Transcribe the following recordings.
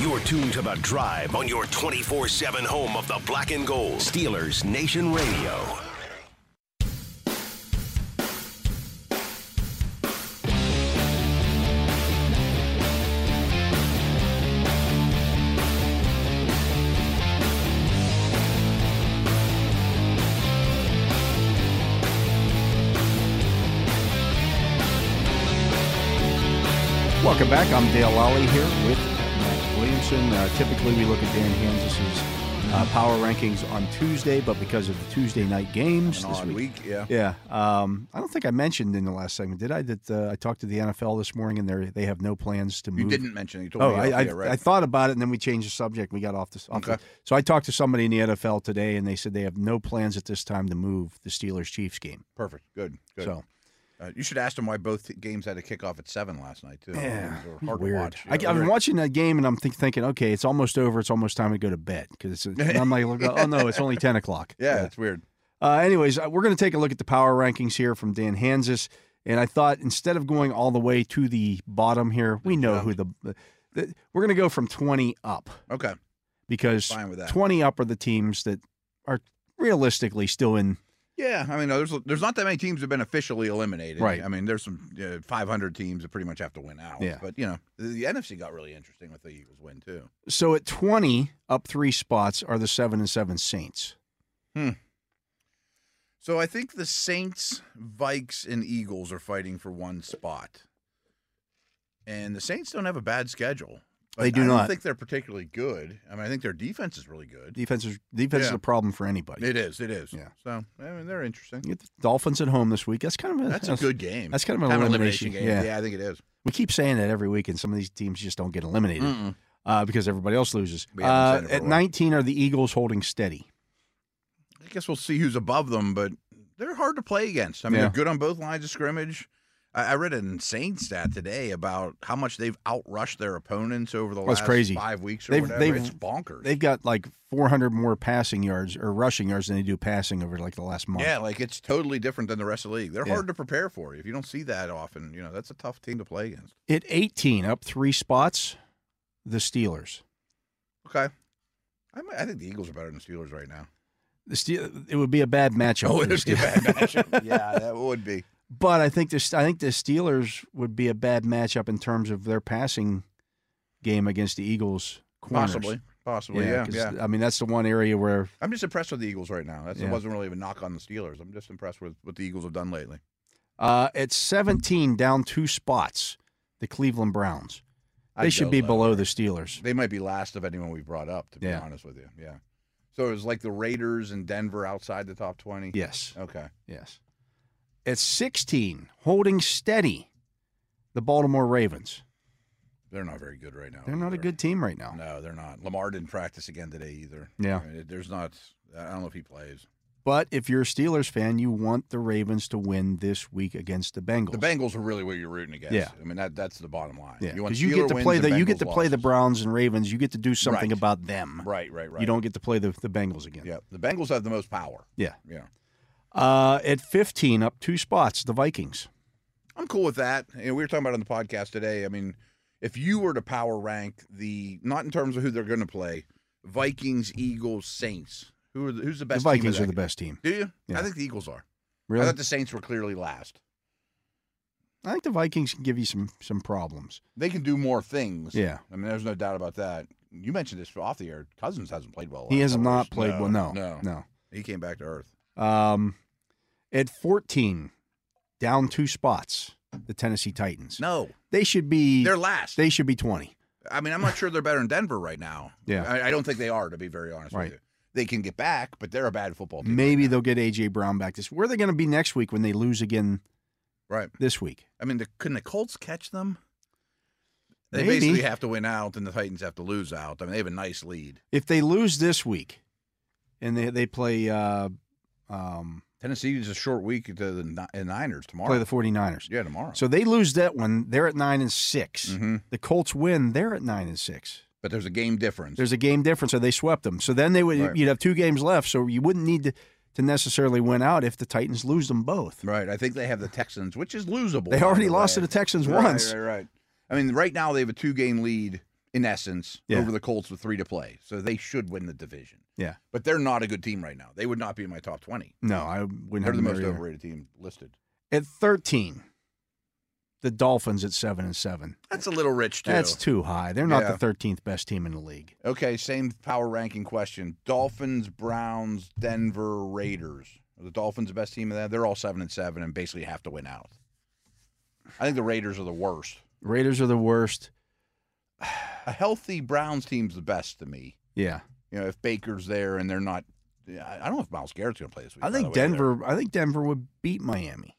You're tuned to The Drive on your 24 7 home of the black and gold. Steelers Nation Radio. Welcome back. I'm Dale Lally here with Matt Williamson. Uh, typically, we look at Dan Hansis's uh, power rankings on Tuesday, but because of the Tuesday night games An this odd week, week, yeah. yeah, um, I don't think I mentioned in the last segment, did I? That uh, I talked to the NFL this morning, and they they have no plans to move. You didn't mention it. You told Oh, me. I, off I, the air, right? I thought about it, and then we changed the subject. We got off this. Off the- Okay. so I talked to somebody in the NFL today, and they said they have no plans at this time to move the Steelers Chiefs game. Perfect. Good. Good. So uh, you should ask them why both games had a kickoff at seven last night too. Yeah. Those were hard weird. to watch. I, Yeah, have been weird. watching that game, and I'm think, thinking, okay, it's almost over. It's almost time to go to bed because I'm like, oh no, it's only ten o'clock. Yeah, it's weird. Uh, anyways, uh, we're going to take a look at the power rankings here from Dan Hansis, and I thought instead of going all the way to the bottom here, we know who the, the we're going to go from twenty up Okay, because fine with that. twenty up are the teams that are realistically still in. Yeah, I mean, there's there's not that many teams that have been officially eliminated. Right. I mean, there's some uh, 500 teams that pretty much have to win out. Yeah. But you know, the, the NFC got really interesting with the Eagles win too. So at twenty up three spots are the seven and seven Saints. So I think the Saints, Vikes, and Eagles are fighting for one spot. And the Saints don't have a bad schedule. but They do I don't not. think they're particularly good. I mean, I think their defense is really good. Defense is defense is Yeah. a problem for anybody. It is. It is. Yeah. So I mean, they're interesting. You get the Dolphins at home this week. That's kind of a, That's a good game. That's kind of an Kind of elimination, game. Yeah. I think it is. We keep saying that every week, and some of these teams just don't get eliminated Mm-mm. uh, because everybody else loses. Mm. We haven't Uh, said it for a at while. 19 are the Eagles holding steady. I guess we'll see who's above them, but they're hard to play against. I mean, Yeah. they're good on both lines of scrimmage. I, I read an insane stat today about how much they've outrushed their opponents over the That's last crazy. five weeks or They've- whatever. they've- it's bonkers. They've got like 400 more passing yards or rushing yards than they do passing over like the last month. yeah, like it's totally different than the rest of the league. They're Yeah. hard to prepare for. If you don't see that often, you know, that's a tough team to play against. At 18, up three spots, the Steelers. Okay. I, might, I think the Eagles are better than the Steelers right now. The Steel, it would be a bad matchup. for the it'd Oh, be a Steelers. bad matchup. yeah, that would be. But I think this. I think the Steelers would be a bad matchup in terms of their passing game against the Eagles. Corners. Possibly. Possibly, yeah. 'cause, Yeah. I mean, that's the one area where I'm just impressed with the Eagles right now. That's, Yeah. It wasn't really a knock on the Steelers. I'm just impressed with what the Eagles have done lately. Uh, at 17, down two spots, the Cleveland Browns. They I'd should go be lower. below the Steelers. They might be last of anyone we've brought up, to be Yeah. honest with you. Yeah. So it was like the Raiders and Denver outside the top 20. Yes, Okay. yes. At 16, holding steady, the Baltimore Ravens. They're not very good right now. They're not a either. good team right now. Oh, No, they're not. Lamar didn't practice again today either. Yeah. I mean, there's not, I don't know if he plays. But if you're a Steelers fan, you want the Ravens to win this week against the Bengals. The Bengals are really what you're rooting against. Yeah. I mean, that that's the bottom line. Yeah, want because you, Steeler get to wins play and the you get Bengals to play the losses. Browns and Ravens. You get to do something Right. about them. Right, right, right. You don't get to play the, the Bengals again. Yeah. The Bengals have the most power. Yeah. Yeah. Uh, at 15, up two spots, the Vikings. I'm cool with that. You know, we were talking about it on the podcast today. I mean, if you were to power rank the not in terms of who they're going to play, Vikings, Eagles, Saints. Who are the, who's the best? the Vikings team are of the that- best team. Do you? Yeah. I think the Eagles are. Really? I thought the Saints were clearly last. I think the Vikings can give you some some problems. They can do more things. Yeah. I mean, there's no doubt about that. You mentioned this off the air. Cousins hasn't played well. He last has couple not weeks. played well. No, no, no. He came back to earth. Um, at 14, down two spots, the Tennessee Titans. No, They should be they're last. they should be 20. I mean, I'm not sure they're better than Denver right now. Yeah. I, I don't think they are. To be very honest Right. with you, they can get back, but they're a bad football team. Maybe right now. they'll get AJ Brown back this. Where are they going to be next week when they lose again right. this week? I mean, the, can the Colts catch them? They Maybe. basically have to win out, and the Titans have to lose out. I mean, they have a nice lead. If they lose this week, and they they play uh, um, Tennessee is a short week to the Ni- uh, Niners tomorrow. play the 49ers. yeah, tomorrow. So they lose that one. They're at nine and 6 Mhm. The Colts win. They're at nine and six. but there's a game difference. There's a game difference, so they swept them. So then they would Right. you'd have two games left, so you wouldn't need to, to necessarily win out if the Titans lose them both. right. I think they have the Texans, which is losable. They by already the lost way. to the Texans Right, once. Right, right. I mean, right now they have a two-game lead in essence, Yeah. over the Colts with three to play. So they should win the division. Yeah. But they're not a good team right now. They would not be in my top 20. No, I wouldn't They're have the them most there either. overrated team listed. At 13, the Dolphins at 7 and 7. That's a little rich, too. That's too high. They're not Yeah. the 13th best team in the league. okay, same power ranking question Dolphins, Browns, Denver, Raiders. Are the Dolphins the best team of that? They're all 7 and 7 and basically have to win out. I think the Raiders are the worst. Raiders are the worst. A healthy Browns team's the best to me. Yeah. You know, if Baker's there and they're not, I I don't know if Miles Garrett's going to play this week. I by the think way, either. Denver I think Denver would beat Miami.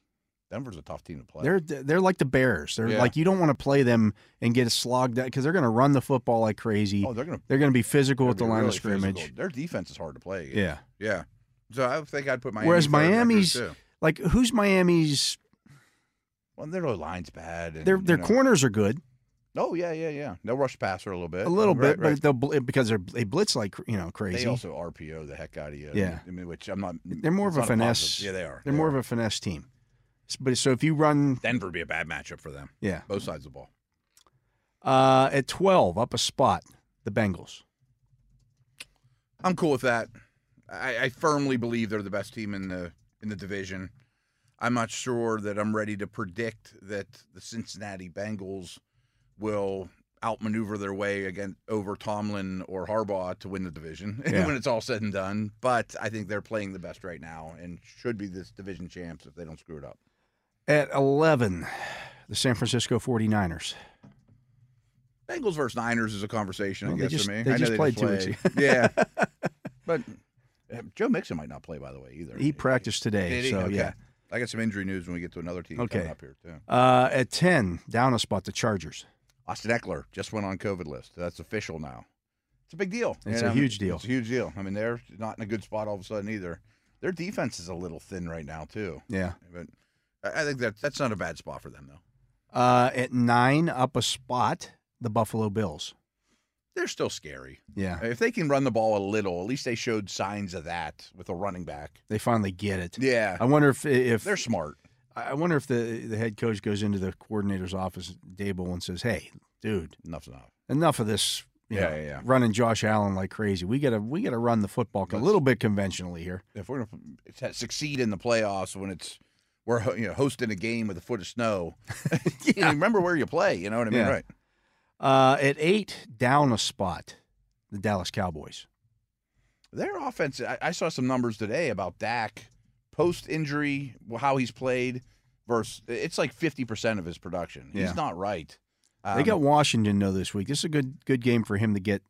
Denver's a tough team to play. They're they're like the Bears. They're Yeah. like you don't want to play them and get slogged out because they're going to run the football like crazy. oh, they're going to They're going to be physical They'll at the be line of really scrimmage. physical. Their defense is hard to play. against. Yeah. Yeah. So I think I'd put Miami. Whereas third record, Miami's- too. Like who's Miami's? well, their line's bad. And, Their you their know- corners are good Oh yeah, yeah, yeah. They'll rush passer a little bit. a little Right, bit, right. but they'll bl- because they're they blitz like you know crazy. they also RPO the heck out of you. Yeah. I mean, which I'm not. They're more it's of a not positive. finesse- Yeah, they are. They're more of a finesse team. S- But so if you run, Denver would be a bad matchup for them. yeah, Both sides of the ball. uh, at twelve up a spot, the Bengals. I'm cool with that. I, I firmly believe they're the best team in the in the division. I'm not sure that I'm ready to predict that the Cincinnati Bengals will outmaneuver their way again over Tomlin or Harbaugh to win the division Yeah. when it's all said and done. But I think they're playing the best right now and should be this division champs if they don't screw it up. At eleven, the San Francisco 49ers. Bengals versus Niners is a conversation, Well, I they guess, just- for me. they I know just played two play. yeah. But uh, Joe Mixon might not play, by the way, either. He practiced today, Did he? so Okay. yeah. I got some injury news when we get to another team Okay. coming up here too. Uh, at ten, down a spot, the Chargers. Austin Eckler just went on COVID list. That's official now. It's a big deal. um, It's a huge deal. It's a huge deal. I mean, they're not in a good spot all of a sudden either. Their defense is a little thin right now too. Yeah. But I I think that that's not a bad spot for them though. Uh, at nine, up a spot, the Buffalo Bills. They're still scary. Yeah, If they can run the ball a little, at least they showed signs of that with a running back. they finally get it. Yeah. I wonder if if They're smart. I wonder if the the head coach goes into the coordinator's office, Dable, and says, "Hey, dude, Enough's enough. enough of this. You Yeah, know, yeah, yeah. running Josh Allen like crazy. We gotta we gotta run the football a Let's- little bit conventionally here. if we're gonna succeed in the playoffs when it's we're ho- you know hosting a game with a foot of snow, you remember where you play. You know what I mean, Yeah. right? Uh, at eight, down a spot, the Dallas Cowboys. Their offense. I, I saw some numbers today about Dak post injury, how he's played versus. It's like fifty percent of his production. Yeah. He's not right. Um, they got Washington though this week. This is a good good game for him to get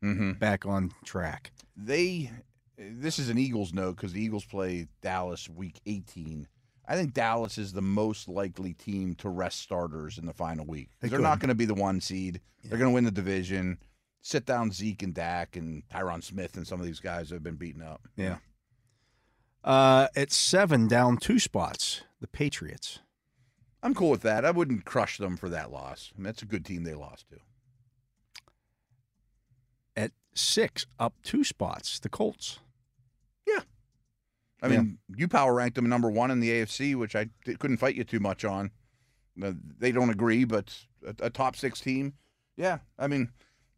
hmm back on track. They. This is an Eagles note because the Eagles play Dallas week eighteen. I think Dallas is the most likely team to rest starters in the final week. 'Cause They They're could. not going to be the one seed. Yeah. They're going to win the division. Sit down Zeke and Dak and Tyron Smith and some of these guys that have been beaten up. Yeah. Uh, at seven, down two spots, the Patriots. I'm cool with that. I wouldn't crush them for that loss. I mean, that's a good team they lost to. At six, up two spots, the Colts. I Yeah. mean, you power ranked them number one in the AFC, which I d- couldn't fight you too much on. No, They don't agree, but a, a top six team, yeah. I mean,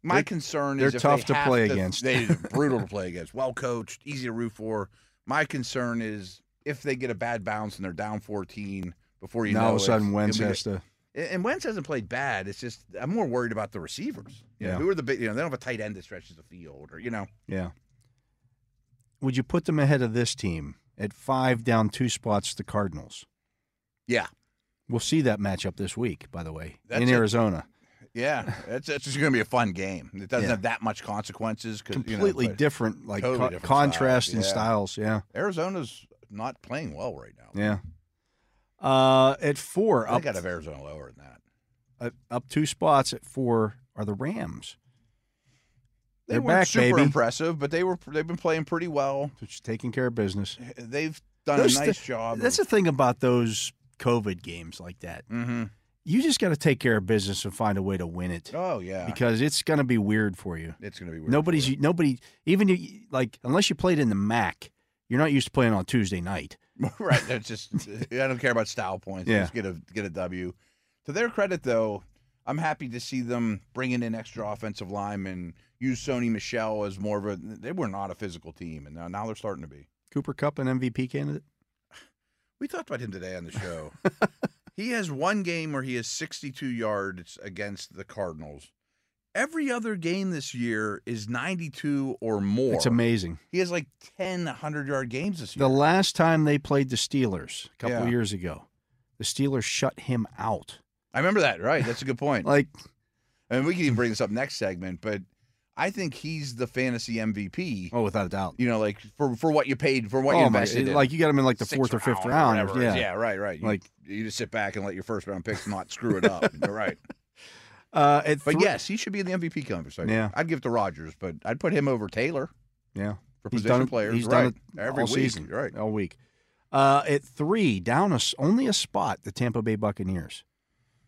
my They're- concern they're is if tough to they have play against. They brutal to play against, well coached, easy to root for. My concern is if they get a bad bounce and they're down 14 before you now know all of a it, sudden, it'll Wentz be- has to. And and Wentz hasn't played bad. It's just I'm more worried about the receivers. You know, Yeah. who are the big? You know, they don't have a tight end that stretches the field, or you know, Yeah. Would you put them ahead of this team at five down two spots, the Cardinals? yeah, We'll see that matchup this week, by the way, That's in it. Arizona. yeah. That's it's just going to be a fun game. It doesn't Yeah. have that much consequences. 'cause, you know, Completely but different, like Totally co- different contrast styles, in yeah. styles. Yeah, Arizona's not playing well right now. yeah. Uh, at four, I up, got to have Arizona lower than that. uh, up two spots. At four are the Rams, They They're weren't back, super baby. impressive, but they were they've been playing pretty well. which is taking care of business. They've done Those a th- nice job. That's the thing about those COVID games like that. mm-hmm. You just got to take care of business and find a way to win it Oh yeah, because it's going to be weird for you. it's going to be weird. Nobody's for nobody even you, like unless you played in the MAC, you're not used to playing on Tuesday night. them. right. That's just I don't care about style points. Yeah. Just get a get a W. To their credit, though, I'm happy to see them bringing in extra offensive linemen, use Sony Michelle as more of a. They were not a physical team, and now, now they're starting to be. Cooper Cup, an MVP candidate. We talked about him today on the show. he has one game where he has 62 yards against the Cardinals. Every other game this year is 92 or more. It's amazing. He has like 10 100 yard games this year. The last time they played the Steelers a couple Yeah. years ago, the Steelers shut him out. I remember that, right? That's a good point. Like and we can even bring this up next segment, but I think he's the fantasy MVP. oh, without a doubt. You know, like for for what you paid for what you oh my! invested. in. Like you got him in like the Sixth fourth or fifth or round. whatever it yeah. is. yeah, right, right. You, Like- you just sit back and let your first round picks not screw it up. You're right. Uh, at But three- yes, he should be in the MVP conversation. Yeah. I'd give it to Rogers, but I'd put him over Taylor yeah. for He's position done it- players. he's right. done it every all week. season. You're Right. all week. Uh, at three, down a s only a spot, the Tampa Bay Buccaneers.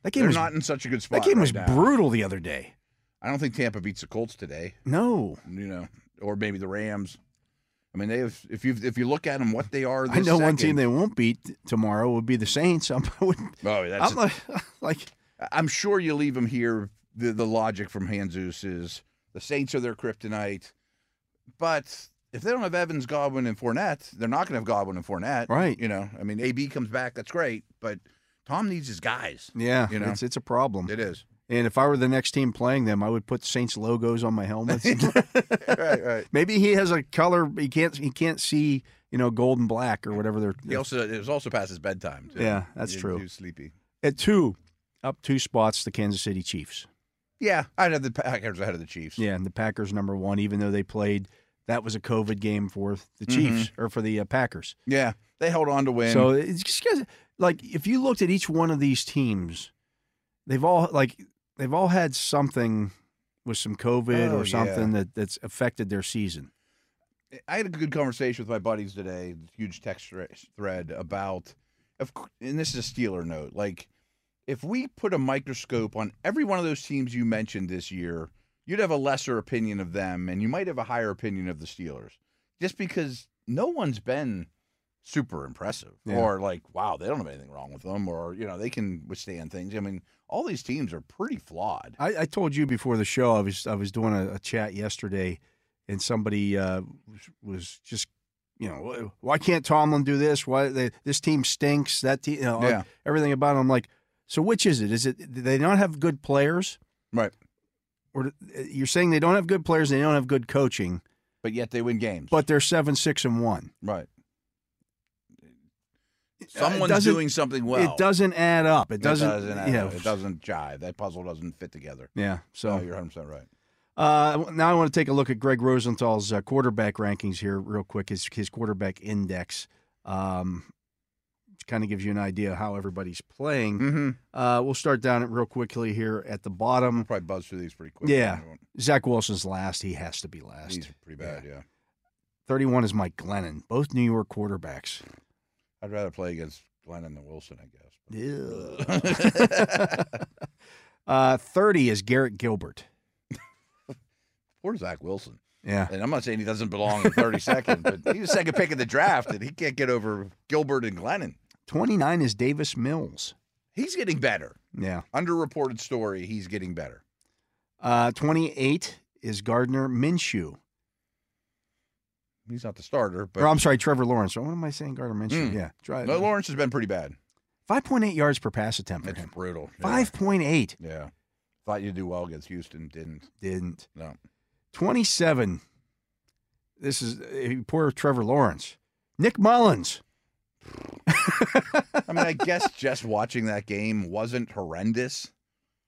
That game They're was not in such a good spot. that game right was now. brutal the other day. I don't think Tampa beats the Colts today. No, You know, or maybe the Rams. I mean, they have. If you if you look at them, what they are. This I know one team second- they won't beat t- tomorrow would be the Saints. I'm, I wouldn't, Oh, that's I'm like, like, I'm sure you leave him here. The, the logic from Hanzus is the Saints are their kryptonite, but if they don't have Evans, Godwin, and Fournette, they're not going to have Godwin and Fournette, Right. You know, I mean, AB comes back, that's great, but Tom needs his guys. yeah, You know. it's it's a problem. It is and if I were the next team playing them, I would put Saints logos on my helmets. right, right. Maybe he has a color he can't he can't see you know gold and black or whatever they're. He also it was also past his bedtime. Too. Yeah, that's He- true. He was sleepy. At two, up two spots, the Kansas City Chiefs. Yeah, I'd have the Packers ahead of the Chiefs. Yeah, and the Packers number one, even though they played. That was a COVID game for the Mm-hmm. Chiefs or for the uh, Packers. Yeah, they held on to win. So it's just 'cause- like if you looked at each one of these teams, they've all like they've all had something with some COVID Oh, or something that, that's affected their season. I had a good conversation with my buddies today, huge text thre- thread about, of, cou- and this is a Steeler note. Like, if we put a microscope on every one of those teams you mentioned this year, you'd have a lesser opinion of them, and you might have a higher opinion of the Steelers, just because no one's been super impressive Yeah. or like, wow, they don't have anything wrong with them, or you know, they can withstand things. I mean, all these teams are pretty flawed. I, I told you before the show I was I was doing a, a chat yesterday, and somebody uh, was- was just you know why can't Tomlin do this? Why they, this team stinks? That team, you know, Yeah. everything about it. I'm like, so which is it? Is it do they not have good players? Right. Or do- you're saying they don't have good players, they don't have good coaching, But yet they win games. but they're seven, six, and one. right. doesn't- Someone's doing something well. it doesn't add up. It doesn't. it doesn't, add yeah, up. it doesn't jive. That puzzle doesn't fit together. Yeah. So So you're 100 percent right. uh, now I want to take a look at Greg Rosenthal's uh, quarterback rankings here, real quick. His his quarterback index, um, kind of gives you an idea how everybody's playing. Mm-hmm. Uh, we'll start down at real quickly here at the bottom. Probably buzz through these pretty quick. Yeah. I won't- Zach Wilson's last. He has to be last. These are pretty bad. Yeah. 31 is Mike Glennon, both New York quarterbacks. I'd rather play against Glennon than Wilson, I guess. uh, 30 is Garrett Gilbert. Poor Zach Wilson. Yeah. And I'm not saying he doesn't belong in 32nd, but he's the second pick of the draft, and he can't get over Gilbert and Glennon. 29 is Davis Mills. He's getting better. Yeah. Underreported story. He's getting better. Uh, 28 is Gardner Minshew. He's not the starter, but or I'm sorry, Trevor Lawrence. What am I saying? Gardner Minshew. Mm. Yeah. Try, no, Lawrence has been pretty bad. 5.8 yards per pass attempt for It's him. brutal. Yeah. 5.8. Yeah. Thought you'd do well against Houston, didn't. Didn't. No. 27. This is eh, poor Trevor Lawrence. Nick Mullins. I mean, I guess just watching that game wasn't horrendous.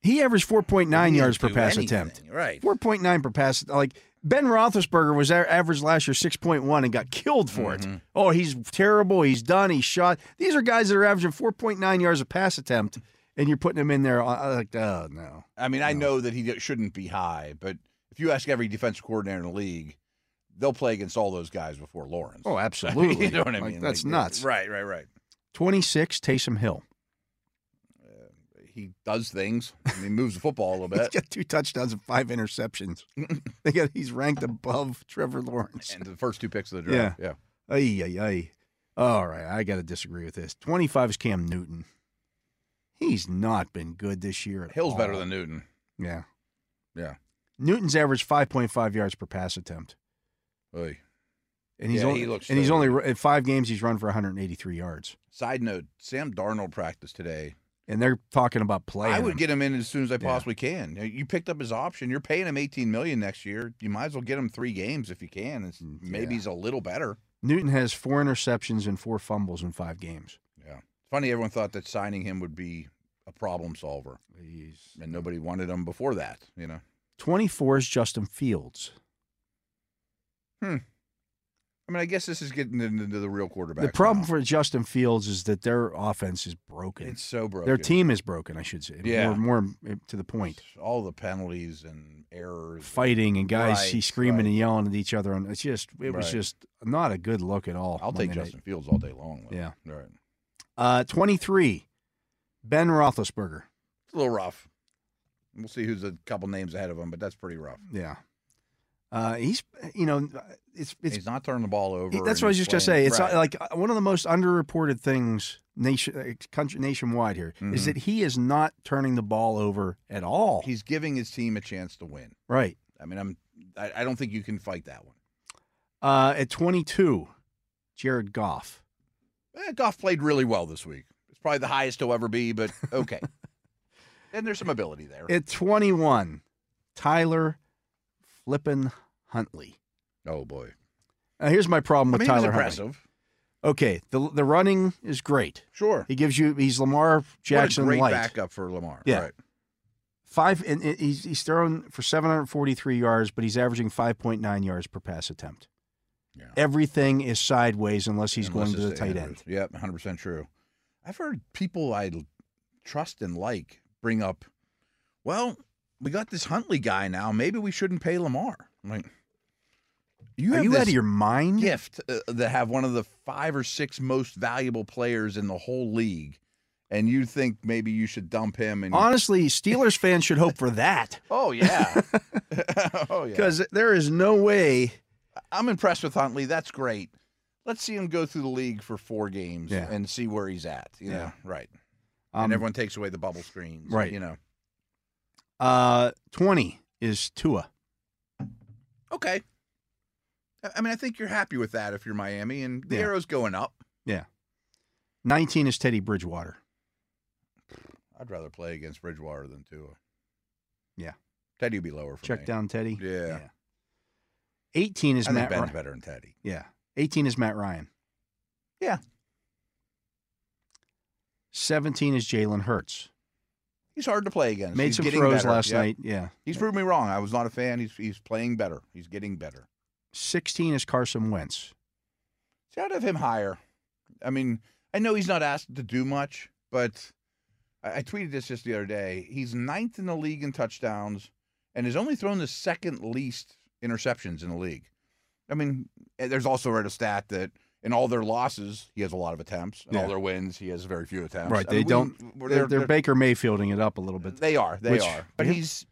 He averaged 4.9 He yards per didn't do pass anything, attempt. Right. 4.9 per pass. Like Ben Roethlisberger was a- averaged last year 6.1 and got killed for Mm-hmm. it. Oh, he's terrible. He's done. He's shot. These are guys that are averaging 4.9 yards a pass attempt, and you're putting them in there. I- I Like, oh no. I mean, I know that he shouldn't be high, but if you ask every defensive coordinator in the league, they'll play against all those guys before Lawrence. Oh, absolutely. you know what I Like, mean? that's Like, nuts. Right, right, right. 26, Taysom Hill. He does things. and he moves the football a little He's bit. got two touchdowns and five interceptions. they got, he's ranked above Trevor Lawrence. and the first two picks of the draft. Yeah. Ay, ay, ay. All right, I got to disagree with this. 25 is Cam Newton. He's not been good this year at Hill's all. better than Newton. yeah, Yeah. Newton's averaged five point five yards per pass attempt, Oy. and he's Yeah, only he looks and he's so only in five games he's run for one hundred and eighty three yards. Side note: Sam Darnold practiced today. And they're talking about playing. I would him. get him in as soon as I Yeah. possibly can. You- You picked up his option. You're paying him 18 million next year. You might as well get him three games if you can. It's, Mm, Maybe yeah. he's a little better. Newton has four interceptions and four fumbles in five games. Yeah. Funny, everyone thought that signing him would be a problem solver, He's and nobody wanted him before that. You know, twenty four is Justin Fields. I mean, I guess this is getting into into the real quarterback. the problem now. for Justin Fields is that their offense is broken. it's so broken. Their team is broken, I should say. Yeah. More, more to the point. all the penalties and errors. Fighting and guys Right, he screaming right. and yelling at each other. On it's just it was Right. just not a good look at all. I'll take Monday night. Justin Fields all day long. though. Yeah. All right. Uh, Twenty three, Ben Roethlisberger. It's a little rough. We'll see who's a couple names ahead of him, but that's pretty rough. Yeah. Uh, he's you know it's it's he's not turning the ball over. It- That's what and I was just gonna say. playing- It's uh, Right. like uh, one of the most underreported things nation uh, country nationwide here is Mhm. that he is not turning the ball over at all. Right. he's giving his team a chance to win. I mean, I'm I, I don't think you can fight that one. Uh, at 22, Jared Goff. Eh, Goff played really well this week. It's probably the highest he'll ever be, but okay. and there's some ability there. At 21, Tyler Flippin Huntley. oh boy, Now, here's my problem I with mean, he was Tyler Huntley. impressive. Okay, the the running is great. Sure, He gives you he's Lamar Jackson what a great light. backup for Lamar. Yeah. Right. Five and and he's he's thrown for 743 yards, but he's averaging 5.9 yards per pass attempt. Yeah. everything is sideways unless he's Unless going to the it's tight end. Andrews. Yep, 100 percent true. I've heard people I l- trust and like bring up, well, we got this Huntley guy now. Maybe we shouldn't pay Lamar. I'm like, you Are have you out this of your mind? gift uh, to have one of the five or six most valuable players in the whole league, and you think maybe you should dump him? And Honestly, Steelers fans should hope for that oh yeah, oh yeah. because there is no way. I'm impressed with Huntley. That's great. Let's see him go through the league for four games Yeah. and see where he's at. You Yeah. know, right. Um, and everyone takes away the bubble screens. Right. You know. uh, 20 is Tua. Okay. I- I mean, I think you're happy with that if you're Miami, and the Yeah. arrow's going up. 19 is Teddy Bridgewater. I'd rather play against Bridgewater than Tua. Yeah. Teddy would be lower for Check me. down Teddy. Yeah. 18 is I think Matt Ben's Ryan. better than Teddy. Yeah. 18 is Matt Ryan. Yeah. 17 is Jalen Hurts. He's hard to play against. Made He's some getting throws better. last Yep. night. Yeah. He's proved me wrong. I was not a fan. He's he's playing better. He's getting better. 16 is Carson Wentz. See, I'd have him higher. I mean, I know he's not asked to do much, but I, I tweeted this just the other day. He's ninth in the league in touchdowns and has only thrown the second least interceptions in the league. I mean, and there's also read a stat that in all their losses, he has a lot of attempts. In Yeah. all their wins, he has very few attempts. Right, I they mean, we- don't- we're- they're, they're Baker Mayfielding it up a little bit. They are. They Which- are. But yeah. he's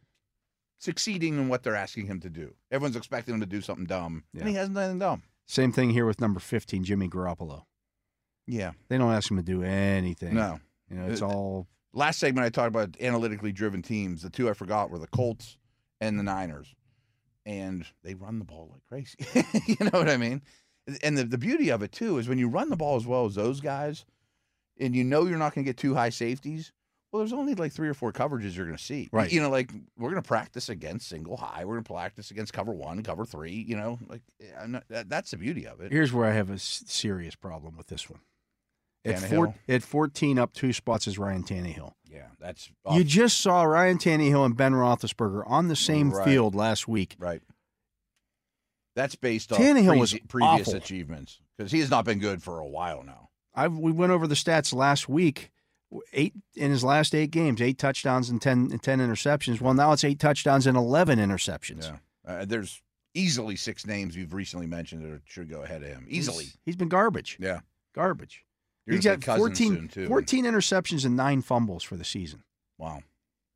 succeeding in what they're asking him to do. Everyone's expecting him to do something dumb, Yeah. and he hasn't done anything dumb. Same thing here with number 15, Jimmy Garoppolo. Yeah. They don't ask him to do anything. No. You know, it's Uh, all Last segment, I talked about analytically driven teams. The two I forgot were the Colts and the Niners, and they run the ball like crazy. you know what I mean? And the, the beauty of it too is when you run the ball as well as those guys, and you know you're not going to get two high safeties. Well, there's only like three or four coverages you're going to see. Right. You know, like we're going to practice against single high. We're going to practice against cover one, cover three. You know, like I'm not, that, that's the beauty of it. Here's where I have a s- serious problem with this one. At, four, Tannehill? at 14, up two spots is Ryan Tannehill. Yeah, that's You just saw Ryan Tannehill and Ben Roethlisberger on the same Right. field last week. Right. That's based on Tannehill preve- was previous awful. achievements because he has not been good for a while now. I we went over the stats last week. Eight in his last eight games, eight touchdowns and 10, and 10 interceptions. Well, now it's eight touchdowns and 11 interceptions. Uh, there's easily six names you've recently mentioned that should go ahead of him. Easily. He's- he's been garbage. Yeah. Garbage. You're he's gonna got say Cousins 14, soon, too. 14 interceptions and nine fumbles for the season. Wow.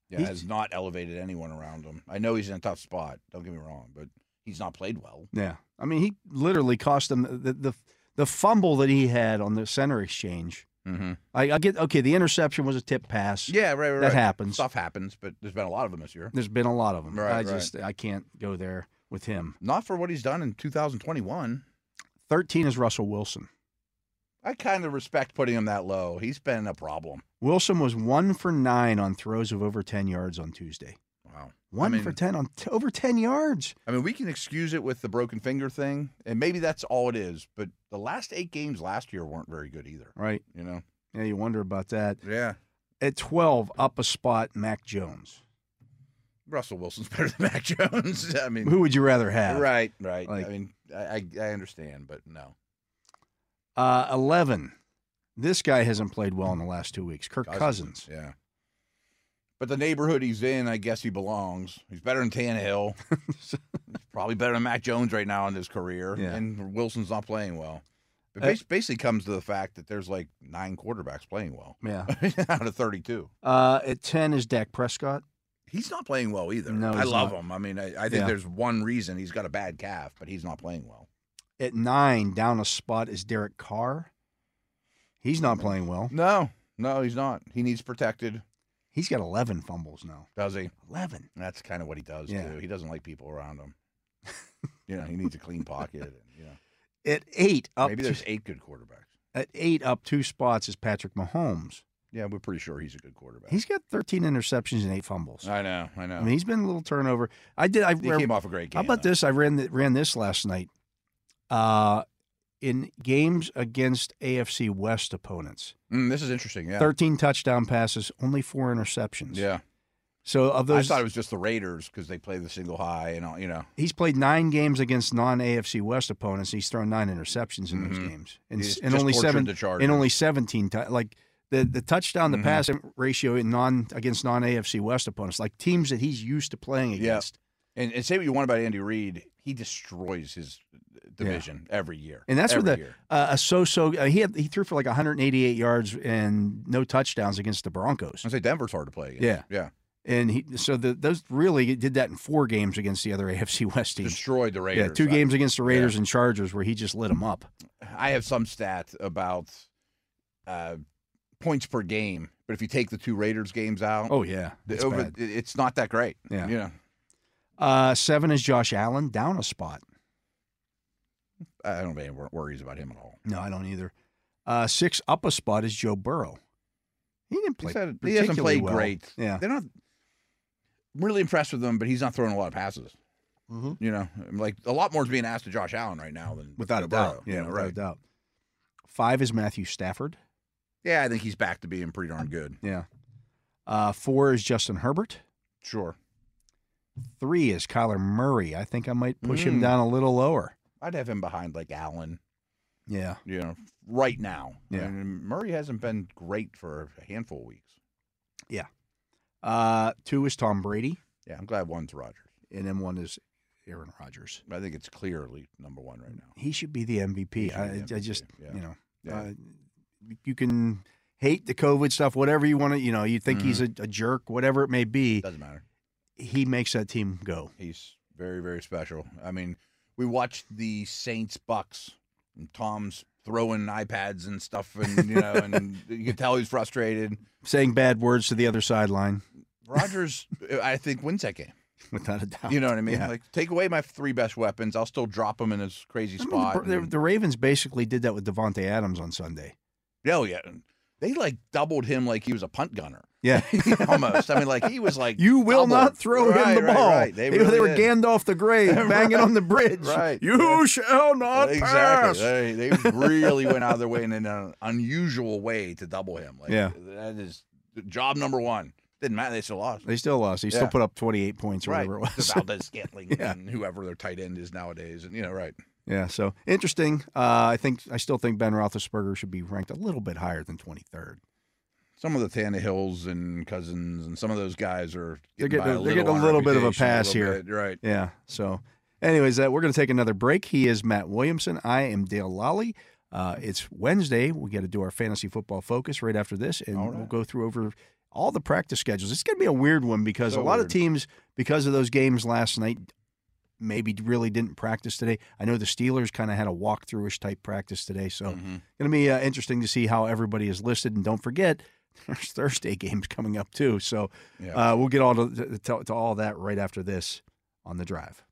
Yeah, He's- has not elevated anyone around him. I know he's in a tough spot. Don't get me wrong, but he's not played well. Yeah. I mean, he literally cost them the, the the fumble that he had on the center exchange Mm-hmm. I, I get okay. The interception was a tip pass. Yeah, right, That right. right. happens. Stuff happens, but there's been a lot of them this year. There's been a lot of them. Right, I right. just I can't go there with him. Not for what he's done in 2021. Thirteen is Russell Wilson. I kind of respect putting him that low. He's been a problem. Wilson was one for nine on throws of over ten yards on Tuesday. Wow. One I mean, for ten on t- over ten yards. I mean, we can excuse it with the broken finger thing, and maybe that's all it is. But the last eight games last year weren't very good either. Right. You know. Yeah, you wonder about that. Yeah. At twelve, up a spot, Mac Jones. Russell Wilson's better than Mac Jones. I mean, Who would you rather have? right, right. Like- I mean, I, I I understand, but no. Uh, Eleven. This guy hasn't played well in the last two weeks. Kirk Cousins. Yeah. But the neighborhood he's in, I guess he belongs. He's better than Tannehill. he's probably better than Mac Jones right now in his career. Yeah. And Wilson's not playing well. It Uh, bas- basically comes to the fact that there's like nine quarterbacks playing well Yeah. out of 32. Uh, at ten is Dak Prescott. He's not playing well either. No, I he's love not. him. I mean, I, I think Yeah. there's one reason he's got a bad calf, but he's not playing well. At nine, down a spot is Derek Carr. He's not playing well. No, no, he's not. He needs protected, He's got 11 fumbles now. does he? 11. That's kind of what he does Yeah. too. He doesn't like people around him. you know, he needs a clean pocket. And, you know. At eight, up Maybe two- there's eight good quarterbacks. at eight, up two spots is Patrick Mahomes. Yeah, we're pretty sure he's a good quarterback. He's got 13 interceptions and eight fumbles. I know, I know. I mean, he's been a little turnover. I did. I he read- came off a great game. How about though. this? I ran th- ran this last night. Uh, in games against AFC West opponents, Mm, this is interesting. Yeah, 13 touchdown passes, only four interceptions. yeah. So of those, I thought it was just the Raiders because they play the single high and all. You know, He's played nine games against non-AFC West opponents. He's thrown nine interceptions in those Mhm. games, and, He's and just only tortured seven, The Chargers. and only seventeen. ti- like the the touchdown to Mhm. pass ratio in non against non-AFC West opponents, like teams that he's used to playing against, and, and say what you want about Andy Reid, he destroys his division every year. and that's where every the year. uh, a so-so. Uh, he had he threw for like 188 yards and no touchdowns against the Broncos, I say Denver's hard to play. Against. Yeah. yeah. and he so the, those really did that in four games against the other AFC West teams. Destroyed the Raiders. Yeah, two I- games against the Raiders and Chargers where he just lit them up. I have some stat about uh, points per game, but if you take the two Raiders games out, Oh yeah, the- it's over, bad. it- it's not that great. Yeah. you know, Uh, seven is Josh Allen, down a spot. I don't have any wor- worries about him at all. No, I don't either. Uh, six up a spot is Joe Burrow. He didn't play. He's had- he particularly hasn't played well. great. Yeah. They're not I'm really impressed with him, but he's not throwing a lot of passes. Mhm. You know, I'm like a lot more is being asked to Josh Allen right now than Without Joe a doubt. Burrow, you yeah, know, without a right. doubt. Five is Matthew Stafford. Yeah, I think he's back to being pretty darn good. Yeah. Uh, four is Justin Herbert. Sure, Three is Kyler Murray. I think I might push him Mm. down a little lower. I'd have him behind like Allen. Yeah. You know, right now. I Yeah. mean, Murray hasn't been great for a handful of weeks. Uh, two is Tom Brady, Yeah, I'm glad one's Rogers. and then one is Aaron Rodgers. I think it's clearly number one right now. He should be the MVP. He should I, be the I just, MVP, yeah. you know, Yeah. uh, you can hate the COVID stuff, whatever you want to, you know, you think he's a, Mm-hmm. a jerk, whatever it may be. Doesn't matter. He makes that team go. He's very, very special. I mean, we watched the Saints Bucks and Tom's throwing iPads and stuff and you know, and you can tell he's frustrated. Saying bad words to the other sideline, Rogers I think wins that game. without a doubt. You know what I mean? Oh, Yeah. Like take away my three best weapons, I'll still drop him in his crazy I mean, the- spot. the, and- the Ravens basically did that with Devontae Adams on Sunday. oh yeah. They like doubled him like he was a punt gunner. Yeah. Almost. I mean like he was like You will doubled. not throw Right, him the right, ball. right. They, They, they really were did. Gandalf the Grey banging on the bridge. Right. You Yeah. shall not pass. Exactly. They, they really went out of their way in an unusual way to double him. Like, Yeah. That is job number one. Didn't matter. They still lost. They still lost. He still Yeah. put up 28 points or whatever it was. To Valdez Scantling Yeah. and whoever their tight end is nowadays. And, you know, right. Yeah, so interesting. Uh, I think I still think Ben Roethlisberger should be ranked a little bit higher than 23rd. Some of the Tannehills and Cousins and some of those guys are They're by getting a- they're getting on a little bit of a reputation, pass little here. bit, right. Yeah. So, anyways, uh, we're going to take another break. He is Matt Williamson. I am Dale Lally. Uh, it's Wednesday. We got to do our fantasy football focus right after this, and All right. we'll go through over all the practice schedules. It's going to be a weird one because So a lot weird. of teams, because of those games last night, maybe really didn't practice today. I know the Steelers kind of had a walkthroughish type practice today, so Mm. Mm-hmm. going to be uh, interesting to see how everybody is listed. And don't forget, there's Thursday games coming up too, so Yeah. uh, we'll get all to, to, to all that right after this on the drive.